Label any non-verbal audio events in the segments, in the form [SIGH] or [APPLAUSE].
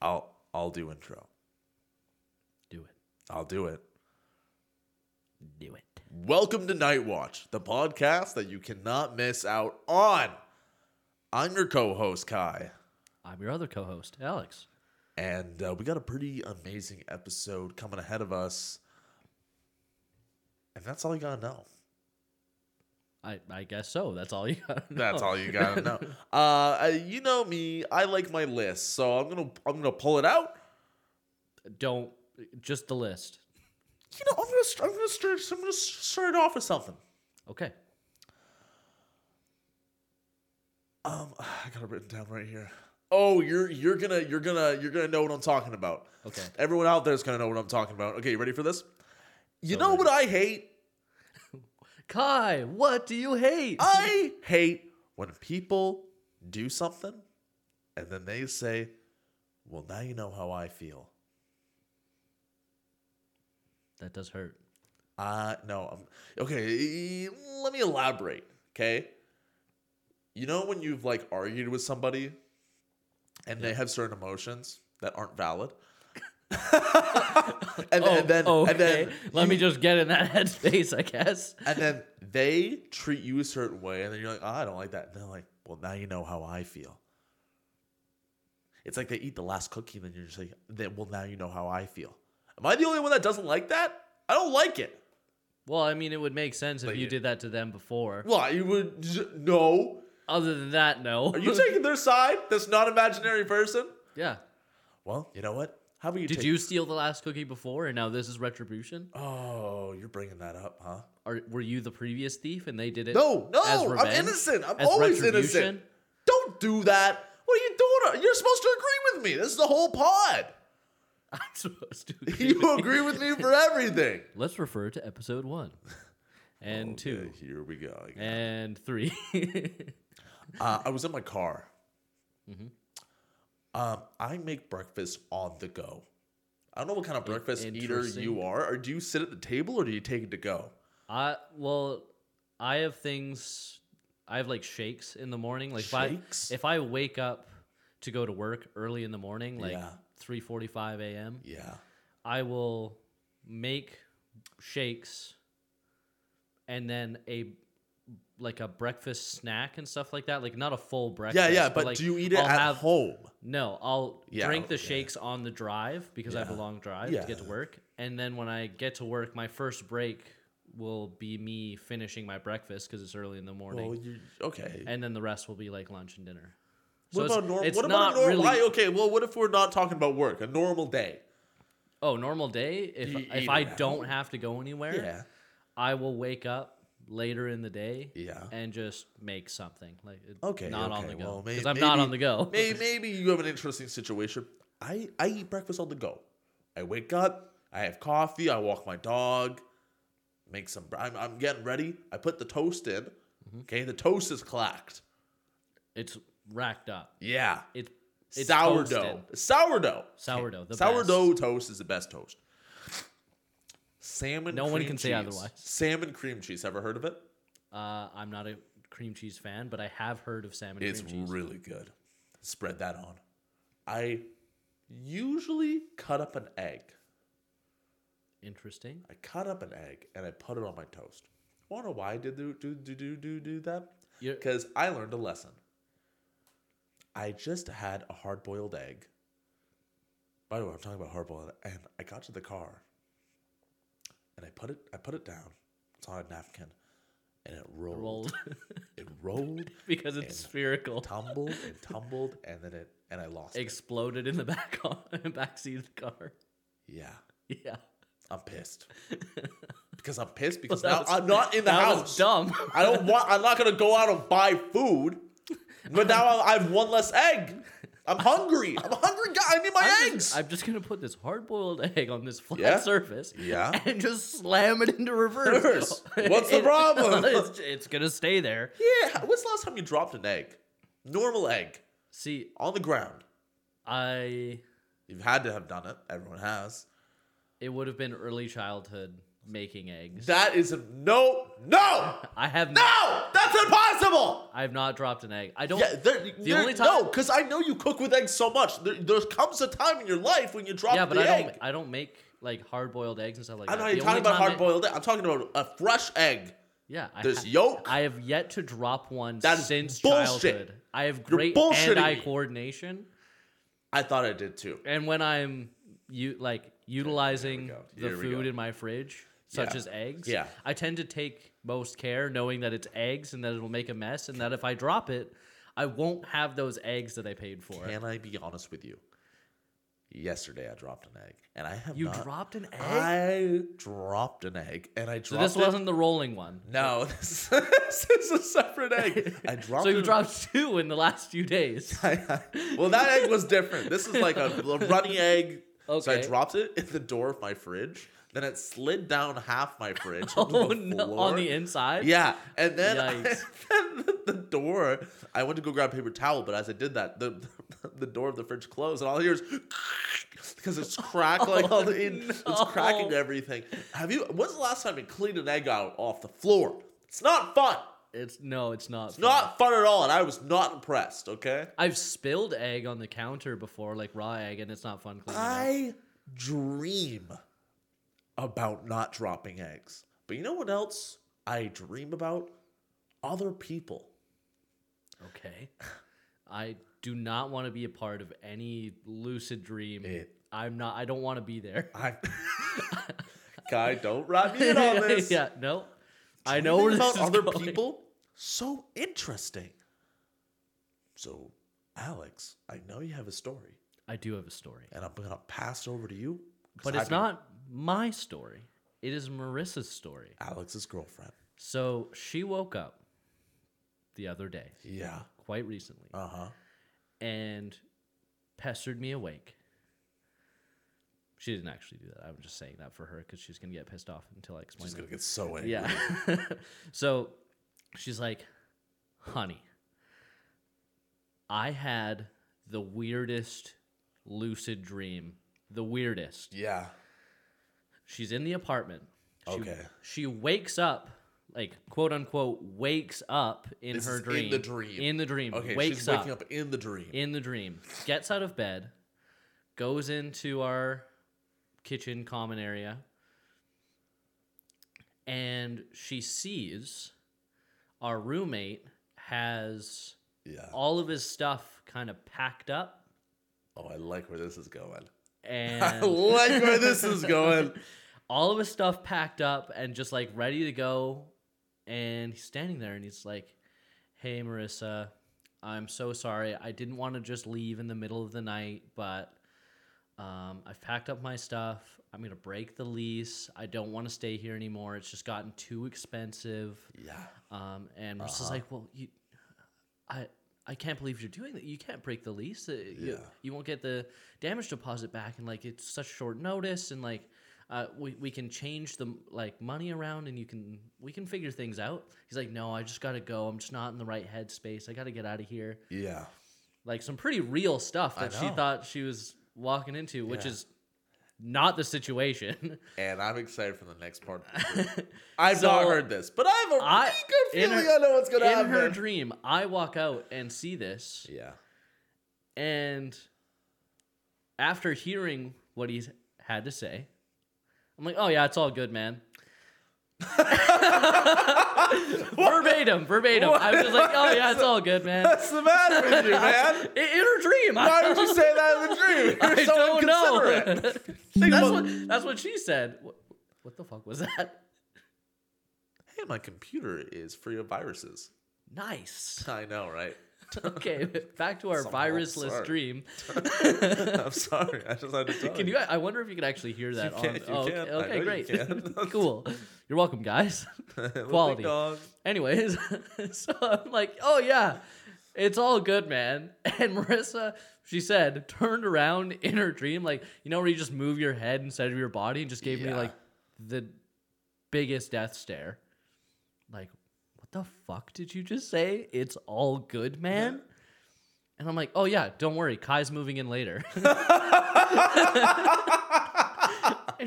I'll I'll do intro. Do it. I'll do it. Do it. Welcome to Night Watch, the podcast that you cannot miss out on. I'm your co-host Kai, I'm your other co-host, Alex. and uh, we got a pretty amazing episode coming ahead of us. And that's all you gotta know. I, I guess so. That's all you [LAUGHS] got. That's all you gotta know. Uh, uh, you know me. I like my list, so I'm gonna I'm gonna pull it out. Don't just the list. You know, I'm gonna st- I'm gonna start I'm gonna s- start off with something. Okay. Um, [SIGHS] I got it written down right here. Oh, you're you're gonna you're gonna you're gonna know what I'm talking about. Okay. Everyone out there's gonna know what I'm talking about. Okay, you ready for this? You So know what I hate? Kai, [LAUGHS] what do you hate? I hate when people do something and then they say, "Well, now you know how I feel." that does hurt. Uh no. I'm, okay, e, let me elaborate. Okay, you know when you've like argued with somebody, and they have certain emotions that aren't [LAUGHS] valid. and, Oh, and then okay. and then Let me just get in that [LAUGHS] headspace, I guess. and then they treat you a certain way, and then you're like, oh, I don't like that. And they're like, well, now you know how I feel. It's like they eat the last cookie, and then you're just like, "Then- well, now you know how I feel. Am I the only one that doesn't like that? I don't like it. Well, I mean, it would make sense if Like you it- did that to them before. Why? You would j- no. Other than that, no. Are you taking their side? This non-imaginary person? [LAUGHS] yeah. Well, you know what? How about you? Did take- you steal the last cookie before, and now this is retribution? Oh, you're bringing that up, huh? Are were you the previous thief, and they did it? No, no, as I'm revenge? innocent. I'm As always retribution? [LAUGHS] innocent. Don't do that. What are you doing? You're supposed to agree with me. This is the whole [LAUGHS] pod. I'm supposed to. [LAUGHS] You agree with me for everything. Let's refer to [LAUGHS] episode one, and Oh, two, Okay, here we go. again. and three. [LAUGHS] Uh, I was in my car. Mm-hmm. Um, I make breakfast on the go. I don't know what kind of breakfast eater you interesting. are. Or do you sit at the table or do you take it to go? I well, I have things. I have like shakes in the morning. Like Shakes? if I if I wake up to go to work early in the morning, like Yeah. three forty five a.m., Yeah. I will make shakes and then a like a breakfast snack and stuff like that. Like not a full breakfast. Yeah, yeah. But like, do you eat it I'll at have- home? No, I'll Yeah, drink the okay. shakes on the drive because I have a Yeah. long drive to get to Yeah. work. And then when I get to work, my first break will be me finishing my breakfast because it's early in the morning. Well, you okay. and then the rest will be like lunch and dinner. So What it's- about normal? it's What about not normal? really- why- Okay, well, what if we're not talking about work? A normal day. Oh, normal day. If You eat if I it at don't home. have to go anywhere, Yeah. I will wake up later in the day Yeah. and just make something like it- Okay. not okay. on the go Well, may- because I'm not maybe- on the go. may- maybe you have an interesting situation. I I eat breakfast on the go. I wake up. I have coffee. I walk my dog. Make some. br- I'm, I'm getting ready. I put the toast in. Mm-hmm. Okay, the toast is clacked. [LAUGHS] It's racked up. Yeah. It's, it's sourdough. toasted. Sourdough. Sourdough, the sourdough toast is the best toast. Salmon. No one cream can say cheese. otherwise. Salmon cream cheese. Ever heard of it? Uh, I'm not a cream cheese fan, but I have heard of salmon It's cream cheese. really good. Spread that on. I usually cut up an egg. Interesting. I cut up an egg and I put it on my toast. Wanna know why I did do do do do do, do that? You're- Because I learned a lesson. I just had a hard boiled egg. By the way, I'm talking about hard boiled and I got to the car and I put it I put it down. It's on a napkin and it rolled. Rolled [LAUGHS] It rolled, because it's spherical. tumbled and tumbled, and then it and I [LAUGHS] lost it. Exploded in the back [LAUGHS] on backseat of the car. [LAUGHS] Yeah. Yeah. I'm pissed. because I'm pissed because That now was- I'm not in the that house. [LAUGHS] Was dumb. [LAUGHS] I don't want I'm not gonna go out and buy food. But now I I have one less egg. I'm hungry. I'm a hungry guy. I need my I'm eggs. Just, I'm just gonna put this hard-boiled egg on this flat Yeah. surface, Yeah. and just slam it into reverse. Reverse. [LAUGHS] What's the problem? it's, it's gonna stay there. yeah. When's the last time you dropped an egg? Normal egg See, on the ground. I You've had to have done it. Everyone has. it would have been early childhood. making eggs. That is a no, no, I have no. That's impossible. I have not dropped an egg. I don't. Yeah, there, the no, only time- because I know you cook with eggs so much. There, there comes a time in your life when you drop yeah, but the I egg. don't. I don't make like hard boiled eggs and stuff like I'm that. not even The talking only about time I- hard boiled egg. I'm talking about a fresh egg. Yeah, I There's ha- yolk. I have yet to drop one That is since bullshit. childhood. I have You're great bullshitting hand-eye me. coordination, I thought I did too. and when I'm you like utilizing go. the Here we food go. in my fridge, such Yeah. as eggs, Yeah. I tend to take most care, knowing that it's eggs and that it'll make a mess, and that if I drop it, I won't have those eggs that I paid for. Can I be honest with you? Yesterday I dropped an egg, and I have you not. dropped an egg, I dropped an egg, and I dropped. so this it- wasn't the rolling one. No, this, this is a separate egg. [LAUGHS] [LAUGHS] I dropped. So you it- dropped [LAUGHS] two in the last few days. [LAUGHS] well, that egg was different. This is like [LAUGHS] a, a runny egg. So I Okay. dropped it in the door of my fridge. Then it slid down half my [LAUGHS] fridge. Oh, onto the no, floor. on the inside. Yeah, and then, I, [LAUGHS] Yikes. then the, the door. I went to go grab a paper towel, but as I did that, the [LAUGHS] the door of the fridge closed, and all I hear is [LAUGHS] because it's crackling all the in, it's cracking Oh, no. everything. Have you? When's the last time you cleaned an egg out off the floor? It's not fun. It's no, it's not. fun. Not fun at all, and I was not impressed. Okay, I've spilled egg on the counter before, like raw egg, and it's not fun cleaning. up. I dream about not dropping eggs, but you know what else I dream about? Other people. Okay. I do not want to be a part of any lucid dream. It- I'm not. I don't want to be there. I [LAUGHS] guy, don't wrap me in [LAUGHS] on this. yeah. No. I Dreaming know where this about is other going. people. So interesting. So, Alex, I know you have a story, I do have a story, and I'm gonna pass it over to you. 'cause but it's I've been not my story. It is Marissa's story. Alex's girlfriend. So she woke up the other day, Yeah. quite recently, Uh huh. and pestered me awake. She didn't actually do that. I'm just saying that for her because she's gonna get pissed off until I explain. She's it. gonna get so angry. yeah. [LAUGHS] so she's like, "Honey, I had the weirdest lucid dream. The weirdest. Yeah. She's in the apartment. She, Okay. She wakes up." Like quote unquote wakes up in This her is in dream. the dream. In the dream. Okay. wakes she's up waking up. in the dream. in the dream gets out of bed goes into our kitchen common area and she sees our roommate has yeah. all of his stuff kind of packed up Oh, I like where this is going. [LAUGHS] I and like where this is going. [LAUGHS] all of his stuff packed up and just like ready to go. And he's standing there and he's like, Hey, Marissa, I'm so sorry. I didn't want to just leave in the middle of the night, but um, I've packed up my stuff. I'm going to break the lease. I don't want to stay here anymore. It's just gotten too expensive. Yeah. Um, and Marissa's Uh-huh. like, Well, you, I. I can't believe you're doing that. You can't break the lease. Uh, You, Yeah. you won't get the damage deposit back and like it's such short notice and like uh, we, we can change the like money around and you can we can figure things out he's like no i just gotta go i'm just not in the right headspace i gotta get out of here Yeah. like some pretty real stuff I that she know. thought she was walking into which Yeah. is not the situation And I'm excited for the next part. [LAUGHS] I've So, not heard this, but I have a I- really good in feeling her- I know what's in going to happen. her dream i walk out and see this [LAUGHS] yeah. [LAUGHS] And after hearing what he's had to say, I'm like, oh yeah, it's all [LAUGHS] good, man. verbatim, verbatim. I was just like, oh yeah, it's all good, man. What's the matter with [LAUGHS] you, man? In, in her dream. Why would you say that [LAUGHS] in the dream? You're I so don't know. inconsiderate. [LAUGHS] Think that's about- what that's what she said. What, what the fuck was that? Hey, my computer is free of viruses. Nice. [LAUGHS] I know, right? Okay, back to our Somehow, virusless sorry. [LAUGHS] dream. I'm sorry. I just had to tell [LAUGHS] Can you? I wonder if you can actually hear that. can, on, you oh, can. I know okay, you great. can. [LAUGHS] cool. You're welcome, guys. Ding quality. [LAUGHS] dong. Anyways, so I'm like, oh yeah, it's all good, man. [LAUGHS] And Marissa, she said, turned around in her dream, like you know where you just move your head instead of your body, and just gave me Yeah. like the biggest death stare. Like, what the fuck did you just say? It's all good, man. And I'm like, oh yeah, don't worry, Kai's moving in [LAUGHS] later. and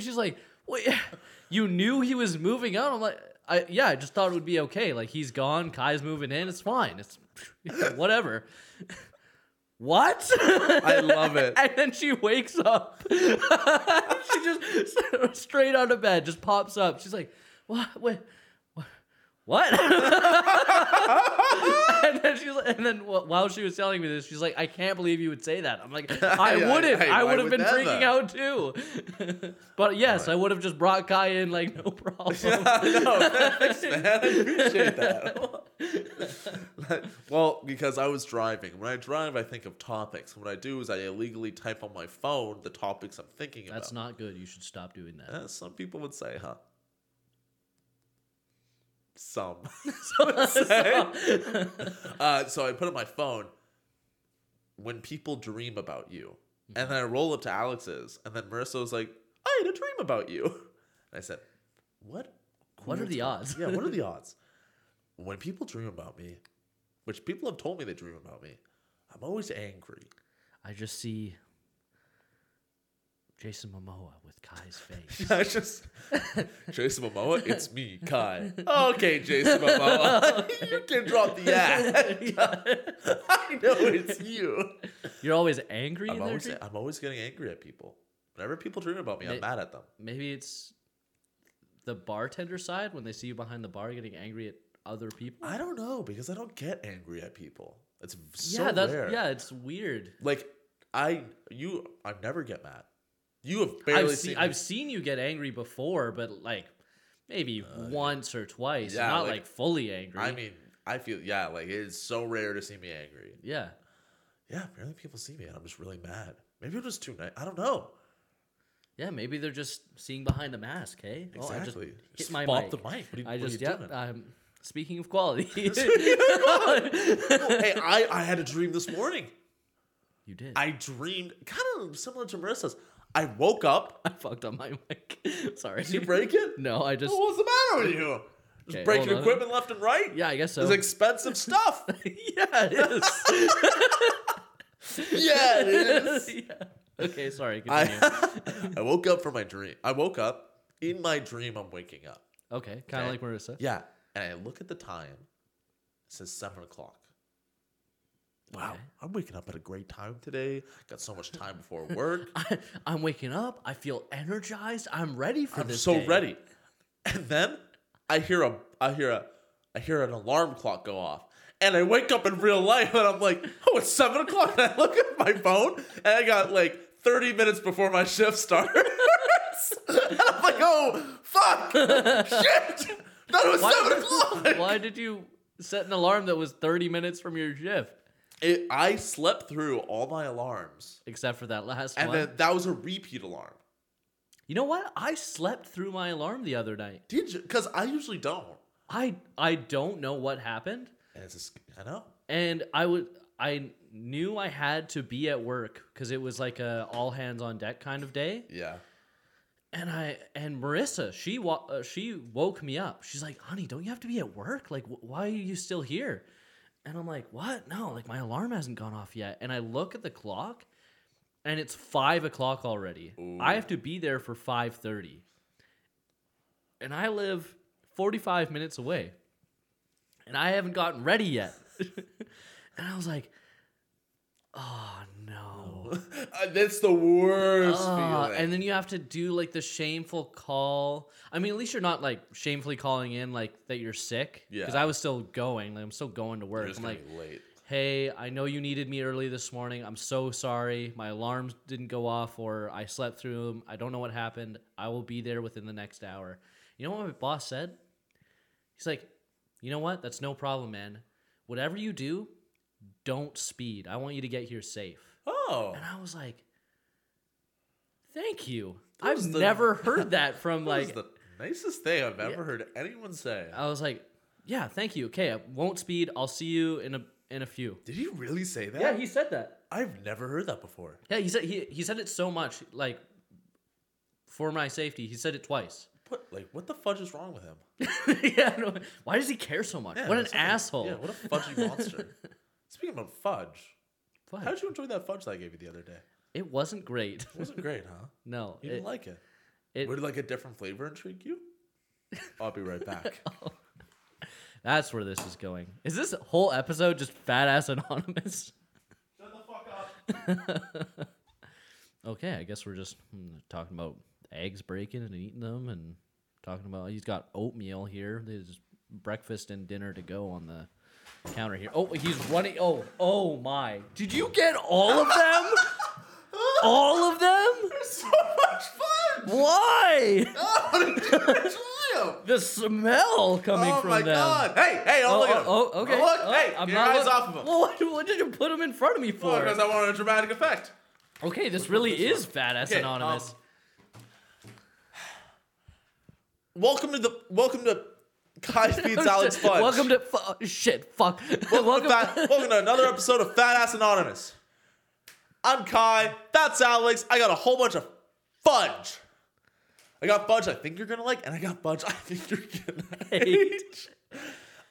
she's like, wait, you knew he was moving out. I'm like, I yeah, I just thought it would be okay. Like he's gone, Kai's moving in. It's fine. It's [LAUGHS] whatever. [LAUGHS] What? I love it. [LAUGHS] and then she wakes up. [LAUGHS] she just [LAUGHS] straight out of bed, just pops up. She's like, "What? Wait, wha- [LAUGHS] what?" [LAUGHS] and then she's, and then wh- while she was telling me this, she's like, "I can't believe you would say that." [LAUGHS] I'm like, "I I- wouldn't. I- I, I would have would been never." freaking out too." [LAUGHS] but yes, I would have just brought Kai in [LAUGHS] like no problem. no, [LAUGHS] thanks, man. I appreciate [LAUGHS] that. [LAUGHS] well, because I was driving. When I drive, I think of topics. What I do is I illegally type on my phone the topics I'm thinking That's about. not good. You should stop doing that. As some people would say, huh? [LAUGHS] Some. [LAUGHS] So- [LAUGHS] uh, so I put on my phone when people dream about you. Mm-hmm. And then I roll up to Alex's, and then Marissa was like, I had a dream about you. [LAUGHS] And I said, What? What are the odds? yeah, what are [LAUGHS] the odds? When people dream about me, which people have told me they dream about me, I'm always angry. [LAUGHS] I just see Jason Momoa with Kai's face. I just Jason Momoa, it's me, Kai. Okay, Jason Momoa, [LAUGHS] you can drop [LAUGHS] the act. [LAUGHS] I know it's you. You're always angry I'm in there. always, I'm always getting angry at people. Whenever people dream about me, I'm They- mad at them. Maybe it's the bartender side when they see you behind the bar getting angry at other people. I don't know because I don't get angry at people. It's v- so yeah, that's rare. yeah, it's weird. Like I, you, I never get mad. You have barely I've seen. seen me- I've seen you get angry before, but like maybe once or twice. Uh, Yeah, not like, like- fully angry. I mean, I feel yeah. Like it's so rare to see me angry. yeah. Yeah, apparently people see me and I'm just really mad. Maybe I'm just too nice. I don't know. Yeah, maybe they're just seeing behind the mask, hey? Oh, I just Exactly. hit Just my bop mic. the mic. What are you- I what are just you yeah. uh, doing? [LAUGHS] I'm speaking of quality. [LAUGHS] [LAUGHS] hey, I, I had a dream this morning. you did. [LAUGHS] I, I dreamed kind of similar to Marissa's. I woke up. fucked up my mic. [LAUGHS] Sorry. Did you break it? [LAUGHS] No, [LAUGHS] I just What's the matter with you? Just Okay, breaking hold on. equipment left and right? yeah, I guess so. It's expensive [LAUGHS] stuff. [LAUGHS] yeah, it is. [LAUGHS] yeah, it is. Yeah. Okay, sorry. Continue. [LAUGHS] I, I [LAUGHS] woke up from my dream. I woke up. In my dream, I'm waking up. okay, kind Okay. of like Marissa. Yeah. And I look at the time. It says seven o'clock. Wow. Okay. I'm waking up at a great time today. Got so much time before work. [LAUGHS] I, I'm waking up. I feel energized. I'm ready for I'm this. so day. ready. And then I hear a I hear a I hear an alarm clock go off. And I wake up in real life and I'm like, oh, it's seven o'clock. And I look at my phone and I got like 30 minutes before my shift starts. [LAUGHS] and I'm like, oh, fuck. Shit. That was seven o'clock. [LAUGHS] [LAUGHS] Why did you set an alarm that was 30 minutes from your shift? It, I slept through all my alarms. Except for that last And one. then that was a repeat alarm. you know what? I slept through my alarm the other night. Did you? Because I usually don't. I I don't know what happened, And it's just, I know. and I would I knew I had to be at work because it was like a all hands on deck kind of day. Yeah. And I and Marissa, she wa- uh, she woke me up. She's like, "Honey, don't you have to be at work? Like, wh- why are you still here?" And I'm like, "What? No, like my alarm hasn't gone off yet." And I look at the clock, and it's five o'clock already. I have to be there for five thirty, and I live forty five minutes away, and I haven't gotten ready yet. [LAUGHS] and I was like, "Oh no." [LAUGHS] Uh, that's the worst Ah, feeling. and then you have to do like the shameful call. I mean, at least you're not like shamefully calling in like that you're sick. Because Yeah. I was still going. Like I'm still going to You're work. just I'm gonna like, be late. hey, I know you needed me early this morning. I'm so sorry. My alarms didn't go off or I slept through them. I don't know what happened. I will be there within the next hour. You know what my boss said? He's like, you know what? That's no problem, man. Whatever you do, don't speed. I want you to get here safe. Oh, And I was like, thank you. That was I've the- [LAUGHS] never heard that from that was like, the nicest thing I've ever heard anyone say. I was like, yeah, thank you. Okay, I won't speed. I'll see you in a in a few. Did he really say that? he said that. I've never heard that before. Yeah, he said he, he said it so much like for my safety. He said it twice. [LAUGHS] What? Like, what the fudge is wrong with him? yeah, no, why does he care so much? Yeah, what an that's asshole. Yeah, what a fudgy [LAUGHS] monster. Speaking of fudge, Fuck. how did you enjoy that fudge that I gave you the other day? It wasn't great. [LAUGHS] It wasn't great, huh? No, You didn't it, like it. It- Would like a different flavor intrigue [LAUGHS] you? I'll be right back. That's where this is going. Is this whole episode just fat ass anonymous? Shut the fuck up. [LAUGHS] Okay, I guess we're just hmm, talking about eggs breaking and eating them and talking about he's got oatmeal here. There's breakfast and dinner to go on the counter here. Oh, he's running. Oh, oh my. Did you get all of them? [LAUGHS] all of them? So much fun! Why? Oh, enjoy 'em. The smell coming Oh from my them. god! Hey, hey! Don't Oh, look at him. oh, oh, okay. Don't Look, Oh, hey, I'm get your not eyes look- off of Oh, him. Well, [LAUGHS] what, what did you put him in front of me for? Because I wanted a dramatic effect. Okay, this really this is fat ass Okay, anonymous. um, Welcome to the welcome to Kai [LAUGHS] feeds Alex Fudge. Welcome to fu- shit. Fuck. [LAUGHS] welcome, Welcome. to fat, welcome to another episode of Fat Ass Anonymous. I'm Kai. That's Alex. I got a whole bunch of fudge. I got fudge I think you're gonna like, and I got fudge I think you're [LAUGHS] gonna hate.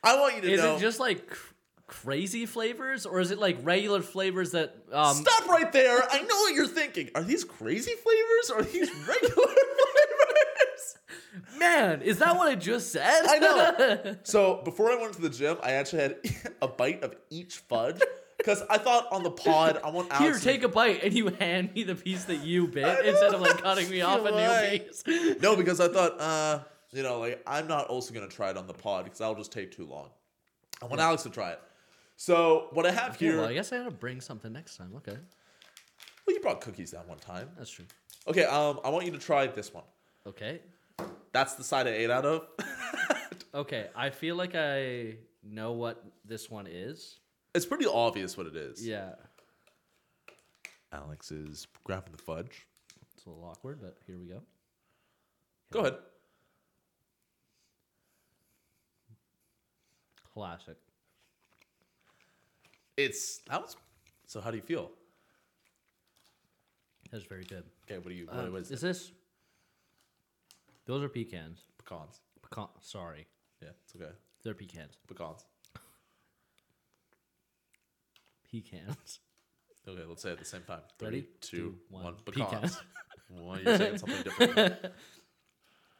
I want you to [LAUGHS] Is know. it just like cr- crazy flavors, or is it like regular flavors that? Um, Stop right there. I know what you're thinking. Are these crazy flavors? Or are these regular [LAUGHS] flavors? Man, is that what I just said? I know. So before I went to the gym, I actually had [LAUGHS] a bite of each fudge because I thought on the pod I want Alex. [LAUGHS] Here, to- take a bite, and you [LAUGHS] hand me the piece that you bit instead of like cutting [LAUGHS] me off a new Why? piece. [LAUGHS] no, because I thought, uh, you know, like I'm not also gonna try it on the pod because that'll just take too long. I want Alex to try it. So what I have Yeah, here, well, I well, guess I gotta bring something next time. Okay, you brought cookies down one time. that's true. Okay, um, I want you to try this one. Okay, That's the side I ate out of. [LAUGHS] okay. I feel like I know what this one is. it's pretty obvious what it is. Yeah, Alex is grabbing the fudge. it's a little awkward, but here we go. Go ahead. Classic. It's that was. So how do you feel? That's very good. Okay, what do you? What Um, was is this? Those are pecans. pecans? Pecan. Sorry, Yeah, it's okay. they're pecans. Pecans. Pecans. [LAUGHS] Okay, let's say it at the same time. Ready? Three, two, Two, one. one. [LAUGHS] Pecans. Pecans. well, you're [LAUGHS] saying something different.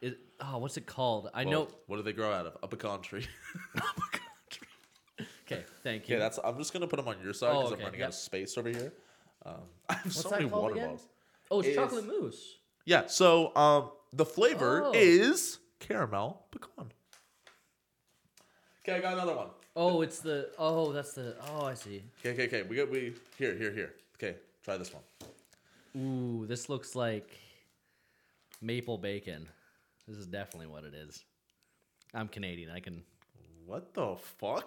Is oh, what's it called? I Well, know. What do they grow out of? A pecan tree. [LAUGHS] Okay, thank you. okay, that's. I'm just gonna put them on your side Oh, because I'm okay, running yep. out of space over here. Um, [LAUGHS] I have so that many called water again? bottles. oh, it's is- chocolate mousse. Yeah. So, um, the flavor Oh. is caramel pecan. Okay, I got another one. Oh, it's the oh, that's the oh, I see. Okay, okay, okay. We got we here, here, here. Okay, try this one. Ooh, this looks like maple bacon. This is definitely what it is. I'm Canadian. I can. [LAUGHS] What the fuck?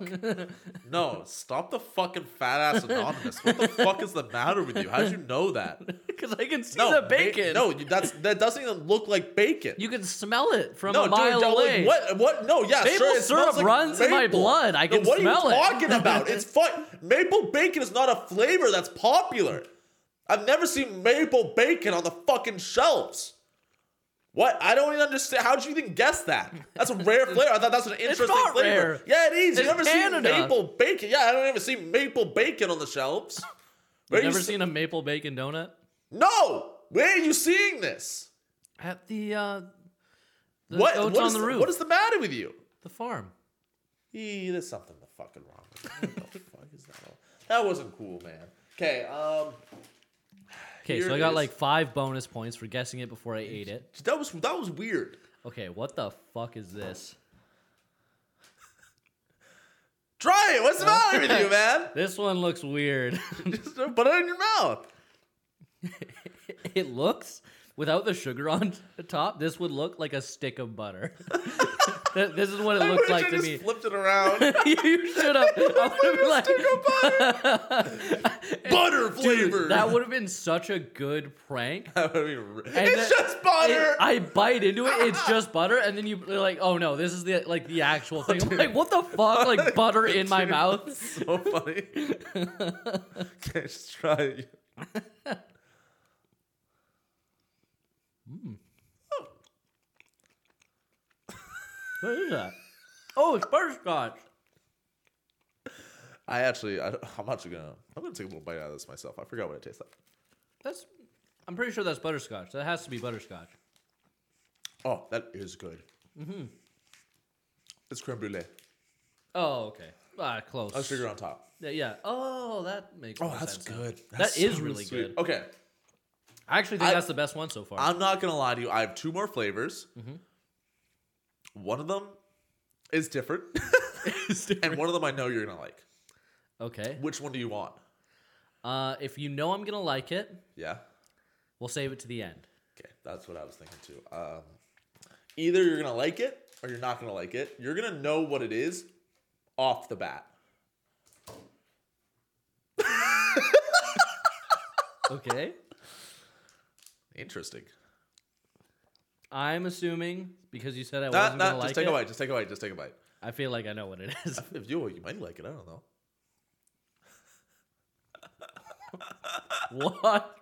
no, stop the fucking fat ass anonymous. What the fuck is the matter with you? How did you know [LAUGHS] that? Because I can see No, the ba- bacon. no, you- that's that doesn't even look like bacon. you can smell it from no, a mile dude, don't- like, away. what? What? No, yeah, Maple sure, it syrup smells like runs in my maple. blood. I No, can what smell are it. you talking about? [LAUGHS] It's fun. Maple bacon is not a flavor that's popular. I've never seen maple bacon on the fucking shelves. What? I don't even understand. How did you even guess that? That's a [LAUGHS] rare flavor. I thought that's an interesting not flavor. rare. Yeah, it is. It's You've never Canada. seen maple bacon. Yeah, I don't ever see maple bacon on the [LAUGHS] shelves. Where You've are you never see- seen a maple bacon donut No! Where are you seeing this? at the uh, the what? goats what on is the the- roof, What is the matter with you? the farm. Eee, there's something the fucking wrong with you. What the fuck is that all? That wasn't cool, man. Okay, um, Okay, Here so I it got is. like five bonus points for guessing it before I ate it. that was that was weird. Okay, what the fuck is this? Try it. What's the matter with you, man? [LAUGHS] This one looks weird. [LAUGHS] Just uh, put it in your mouth. it looks without the sugar on t- top. This would look like a stick of butter. [LAUGHS] Th- this is what it I wish [LAUGHS] looks I like to just me. flipped it [LAUGHS] around. you [LAUGHS] should have. I would have like, butter Dude, flavor. that would have been such a good prank. [LAUGHS] That would be r- And it's the- just butter. it- I bite into [LAUGHS] it. It's just butter, and then you're like, "Oh no, this is the like the actual thing." I'm like, what [LAUGHS] the fuck? Like butter in my Dude, mouth. that's So funny. [LAUGHS] okay, just try it. What is that? Oh, it's butterscotch. I actually, I, don't- I'm actually gonna, I'm gonna take a little bite out of this myself. I forgot what it tastes like. That's. I'm pretty sure that's butterscotch. That has to be butterscotch. Oh, that is good. Mm-hmm. It's creme brulee. Oh, okay. Ah, close. Let's figure on top. Yeah, yeah. Oh, that makes. Oh, more that's sense now. good. That is really good. Okay, I actually think I- that's the best one so far. I'm not gonna lie to you. I have two more flavors. Mm-hmm. One of them is [LAUGHS] different, [LAUGHS] and one of them I know you're gonna like. okay. Which one do you want? Uh, if you know I'm gonna like it, Yeah. we'll save it to the end. Okay, that's what I was thinking too. Um, either you're gonna like it or you're not gonna like it. You're gonna know what it is off the bat. Okay. Interesting. I'm assuming because you said I Not, not, wasn't gonna just like take it. a bite. Just take a bite. Just take a bite. I feel like I know what it is. If you, you might like it. I don't know. what?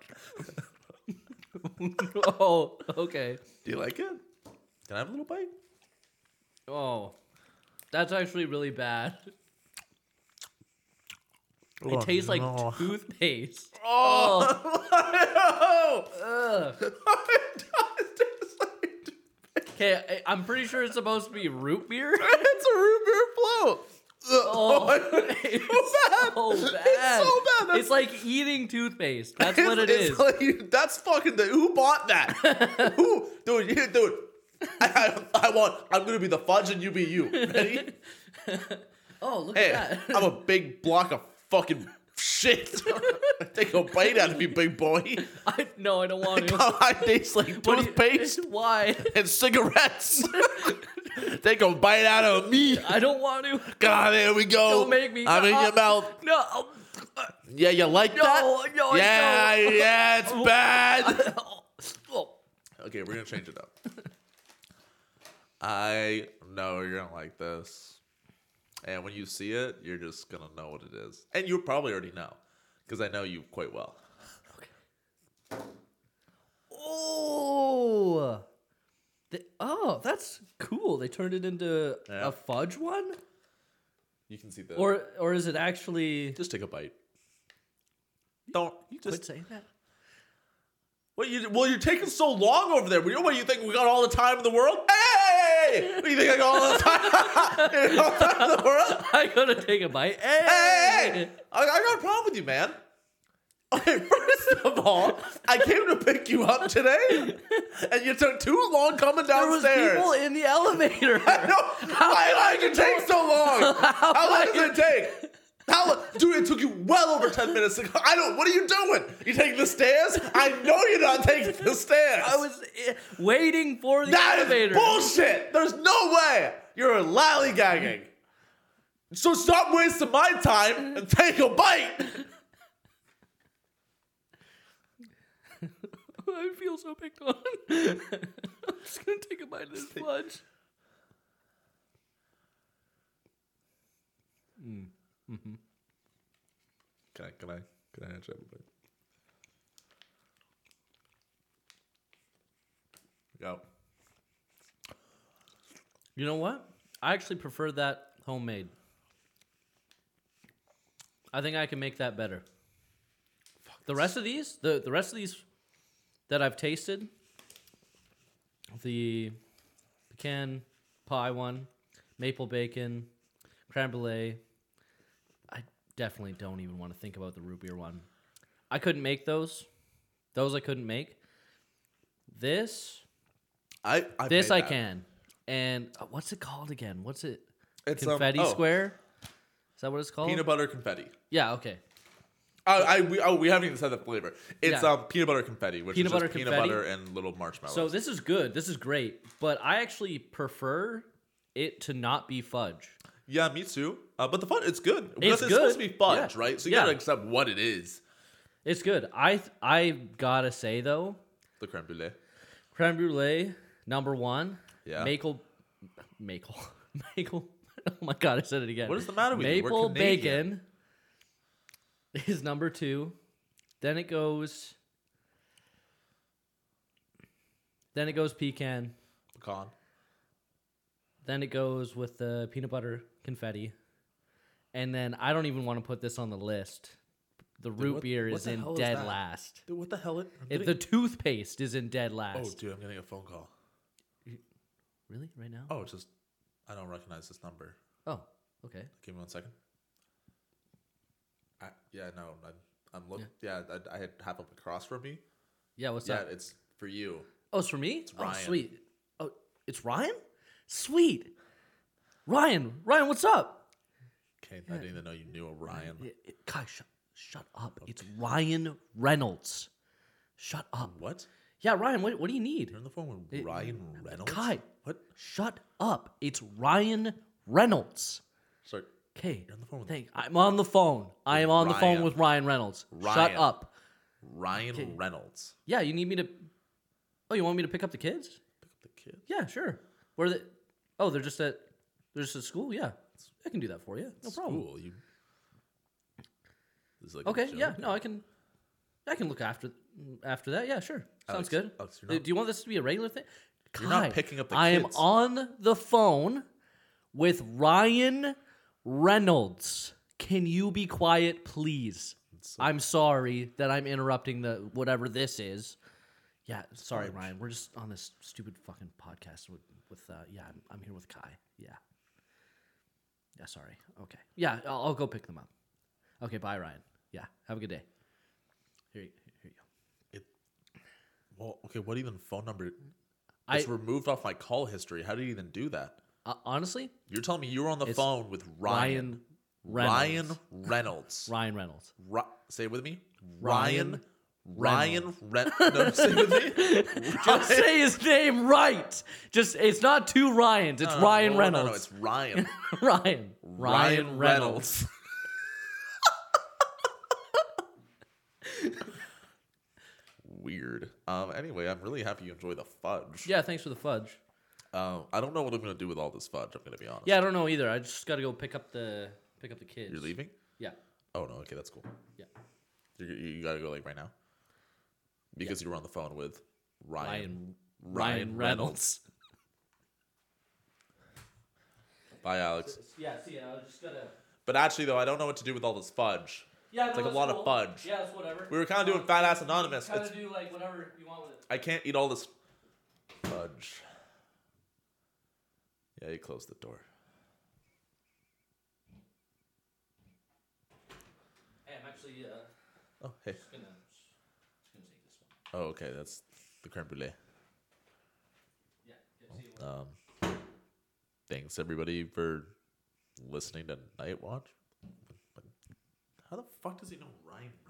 [LAUGHS] oh, okay. Do you like it? Can I have a little bite? Oh, that's actually really bad. It Oh, tastes like no. toothpaste. Oh, [LAUGHS] Ugh. it does taste like toothpaste. Okay, I'm pretty sure it's supposed to be root [LAUGHS] beer. [LAUGHS] It's a root beer float. Oh, [LAUGHS] it's [LAUGHS] it's so bad. It's so bad. That's- It's like eating toothpaste. That's It's- what it it's is. like- that's fucking the who bought [LAUGHS] that? who, dude, you, dude. I, I, I want. I'm gonna be the fudge and you be you. [LAUGHS] Ready? oh, look Hey, at that. [LAUGHS] I'm a big block of fucking shit. [LAUGHS] Take a bite out of me, big [LAUGHS] boy. I, no, I don't want to. God, I taste like What do you- toothpaste [LAUGHS] Why? and cigarettes. [LAUGHS] Take a bite out of me. I don't want to. God, there we go. Don't make me- I'm in your Uh-uh. mouth. No. [LAUGHS] Yeah, you like No, that? no, I yeah, don't. yeah, [LAUGHS] it's bad. Oh. Okay, we're gonna change it up. I know you're gonna like this, and when you see it, you're just gonna know what it is, and you probably already know, because I know you quite well. Oh. The- oh, that's cool. They turned it into Yeah. a fudge one? You can see the. Or or is it actually just take a bite. Don't you quit just? saying that? What you? Well, you're taking so long over there. What you think we got all the time in the world? Hey, what do you think I got all the time? all the time [LAUGHS] in the world? I gotta take a bite. Hey! hey, hey, hey. I, I got a problem with you, man. Okay, [LAUGHS] first of all, I came to pick you up today, and you took too long coming There was downstairs. people in the elevator. I [LAUGHS] know. Why did it take so [LAUGHS] long? How, long does it take? How long? Dude, it took you well over 10 minutes to go. I don't, what are you doing? You taking the stairs? I know you're not taking the stairs. I was eh, waiting for the That is elevator. bullshit. There's no way you're lollygagging. So stop wasting my time and take a bite. [LAUGHS] I feel so picked on. [LAUGHS] I'm just gonna take a bite of this fudge. Can I? Can I? Can I answer everybody? Yep. You know what? I actually prefer that homemade. I think I can make that better. the rest of these, the, the rest of these that I've tasted, the pecan pie one, maple bacon, creme brulee. I definitely don't even want to think about the root beer one. I couldn't make those. Those I couldn't make. This, I, I this made I that. can. And uh, what's it called again? What's it? It's um, confetti oh, square. Is that what it's called? Peanut butter confetti. yeah. Okay. I, I we, oh we haven't even said the flavor. It's Yeah. um peanut butter confetti, which Peanut is just butter peanut confetti. butter and little marshmallows. So this is good. This is great. But I actually prefer it to not be fudge. yeah, me too. Uh, but the fun, it's good. Because It's supposed to good. be fudge, Yeah. right? So you Yeah. gotta accept what it is. It's good. I th- I gotta say though, The creme brulee. creme brulee number one. Yeah. Maple, maple, [LAUGHS] maple. Oh my god! I said it again. What is the matter with you? We're maple Canadian. bacon? [LAUGHS] Is number two. Then it goes. Then it goes pecan. Pecan. Then it goes with the peanut butter confetti. And then I don't even want to put this on the list. The root what- beer what is the in hell is dead that? last. Dude, what the hell? It, I'm It- getting- the toothpaste is in dead oh, last. dude, I'm getting a phone call. Really? Right now? Oh, it's just I don't recognize this number. Oh, okay. Give me one second. I, yeah, no, I'm, I'm looking. Yeah, I, I had half up across from me. Yeah, what's yeah, up? it's for you. Oh, it's for me? It's Ryan. Oh, sweet. Oh, it's Ryan? Sweet. Ryan, Ryan, what's up? Okay, I didn't even know you knew Orion. Yeah, it- Kai, shut, shut up. It's Ryan Reynolds. Shut up. What? Yeah, Ryan, what, what do you need? You're on the phone with Ryan Reynolds? Kai. What? Shut up. It's Ryan Reynolds. Sorry. Okay. You're on the phone with Thank. I'm on the phone. I am on the Ryan. phone with Ryan Reynolds. Shut Ryan. up. Ryan Reynolds. Yeah, you need me to. Oh, you want me to pick up the kids? Pick up the kid. Yeah, sure. Where are they? Oh, they're just at. They're just at school. Yeah, I can do that for you. No problem. School. You. This is like a Okay. Yeah. joke. No, I can. I can look after after that. Yeah, sure. Sounds Alex, good. Alex, oh, you're Uh, not- Do you want this to be a regular thing? You're not Kai, picking up the I am kids. on the phone with Ryan Reynolds. Can you be quiet, please? I'm sorry that I'm interrupting the whatever this is. Yeah, sorry, Ryan. We're just on this stupid fucking podcast with, with uh, yeah, I'm, I'm here with Kai. Yeah. Yeah, sorry. Okay. Yeah, I'll, I'll go pick them up. Okay, bye, Ryan. Yeah, have a good day. Here, you- here you go. It, well, okay. What even phone number? I- It's removed off my call history. How did you even do that? Uh, honestly, You're telling me you were on the phone with Ryan. Ryan Ryan Reynolds. Ryan Reynolds. Ri- say it with me. Ryan. Ryan Ryan Reynolds. no, [LAUGHS] say it with me. [LAUGHS] [LAUGHS] Just say his name right. Just it's not two Ryans. It's No, no, Ryan Oh, no, No, no, Reynolds. it's Ryan. [LAUGHS] Ryan. Ryan Reynolds. [LAUGHS] Weird. Um. Anyway, I'm really happy you enjoy the fudge. Yeah, thanks for the fudge. Um. I don't know what I'm gonna do with all this fudge. I'm gonna be honest. Yeah, I don't know either. I just got to go pick up the pick up the kids. You're leaving? Yeah. Oh no. Okay, that's cool. Yeah. You, you you gotta go like right now. Because you were on the phone with Ryan. Ryan Ryan, Ryan Reynolds. [LAUGHS] Bye, Alex. Yeah, see, I was just gonna. But actually, though, I don't know what to do with all this fudge. Yeah, It's no, like a that's lot of cool. fudge. Yeah, it's whatever. We were kind of doing Fat Ass Anonymous. It's- do like whatever you want with it. I can't eat all this fudge. Yeah, you closed the door. Hey, I'm actually uh, Oh, hey. just gonna just gonna take this one. Oh, okay. That's the creme brulee. Yeah. yeah see, Um, thanks everybody for listening to Night Watch. How the fuck does he know Ryan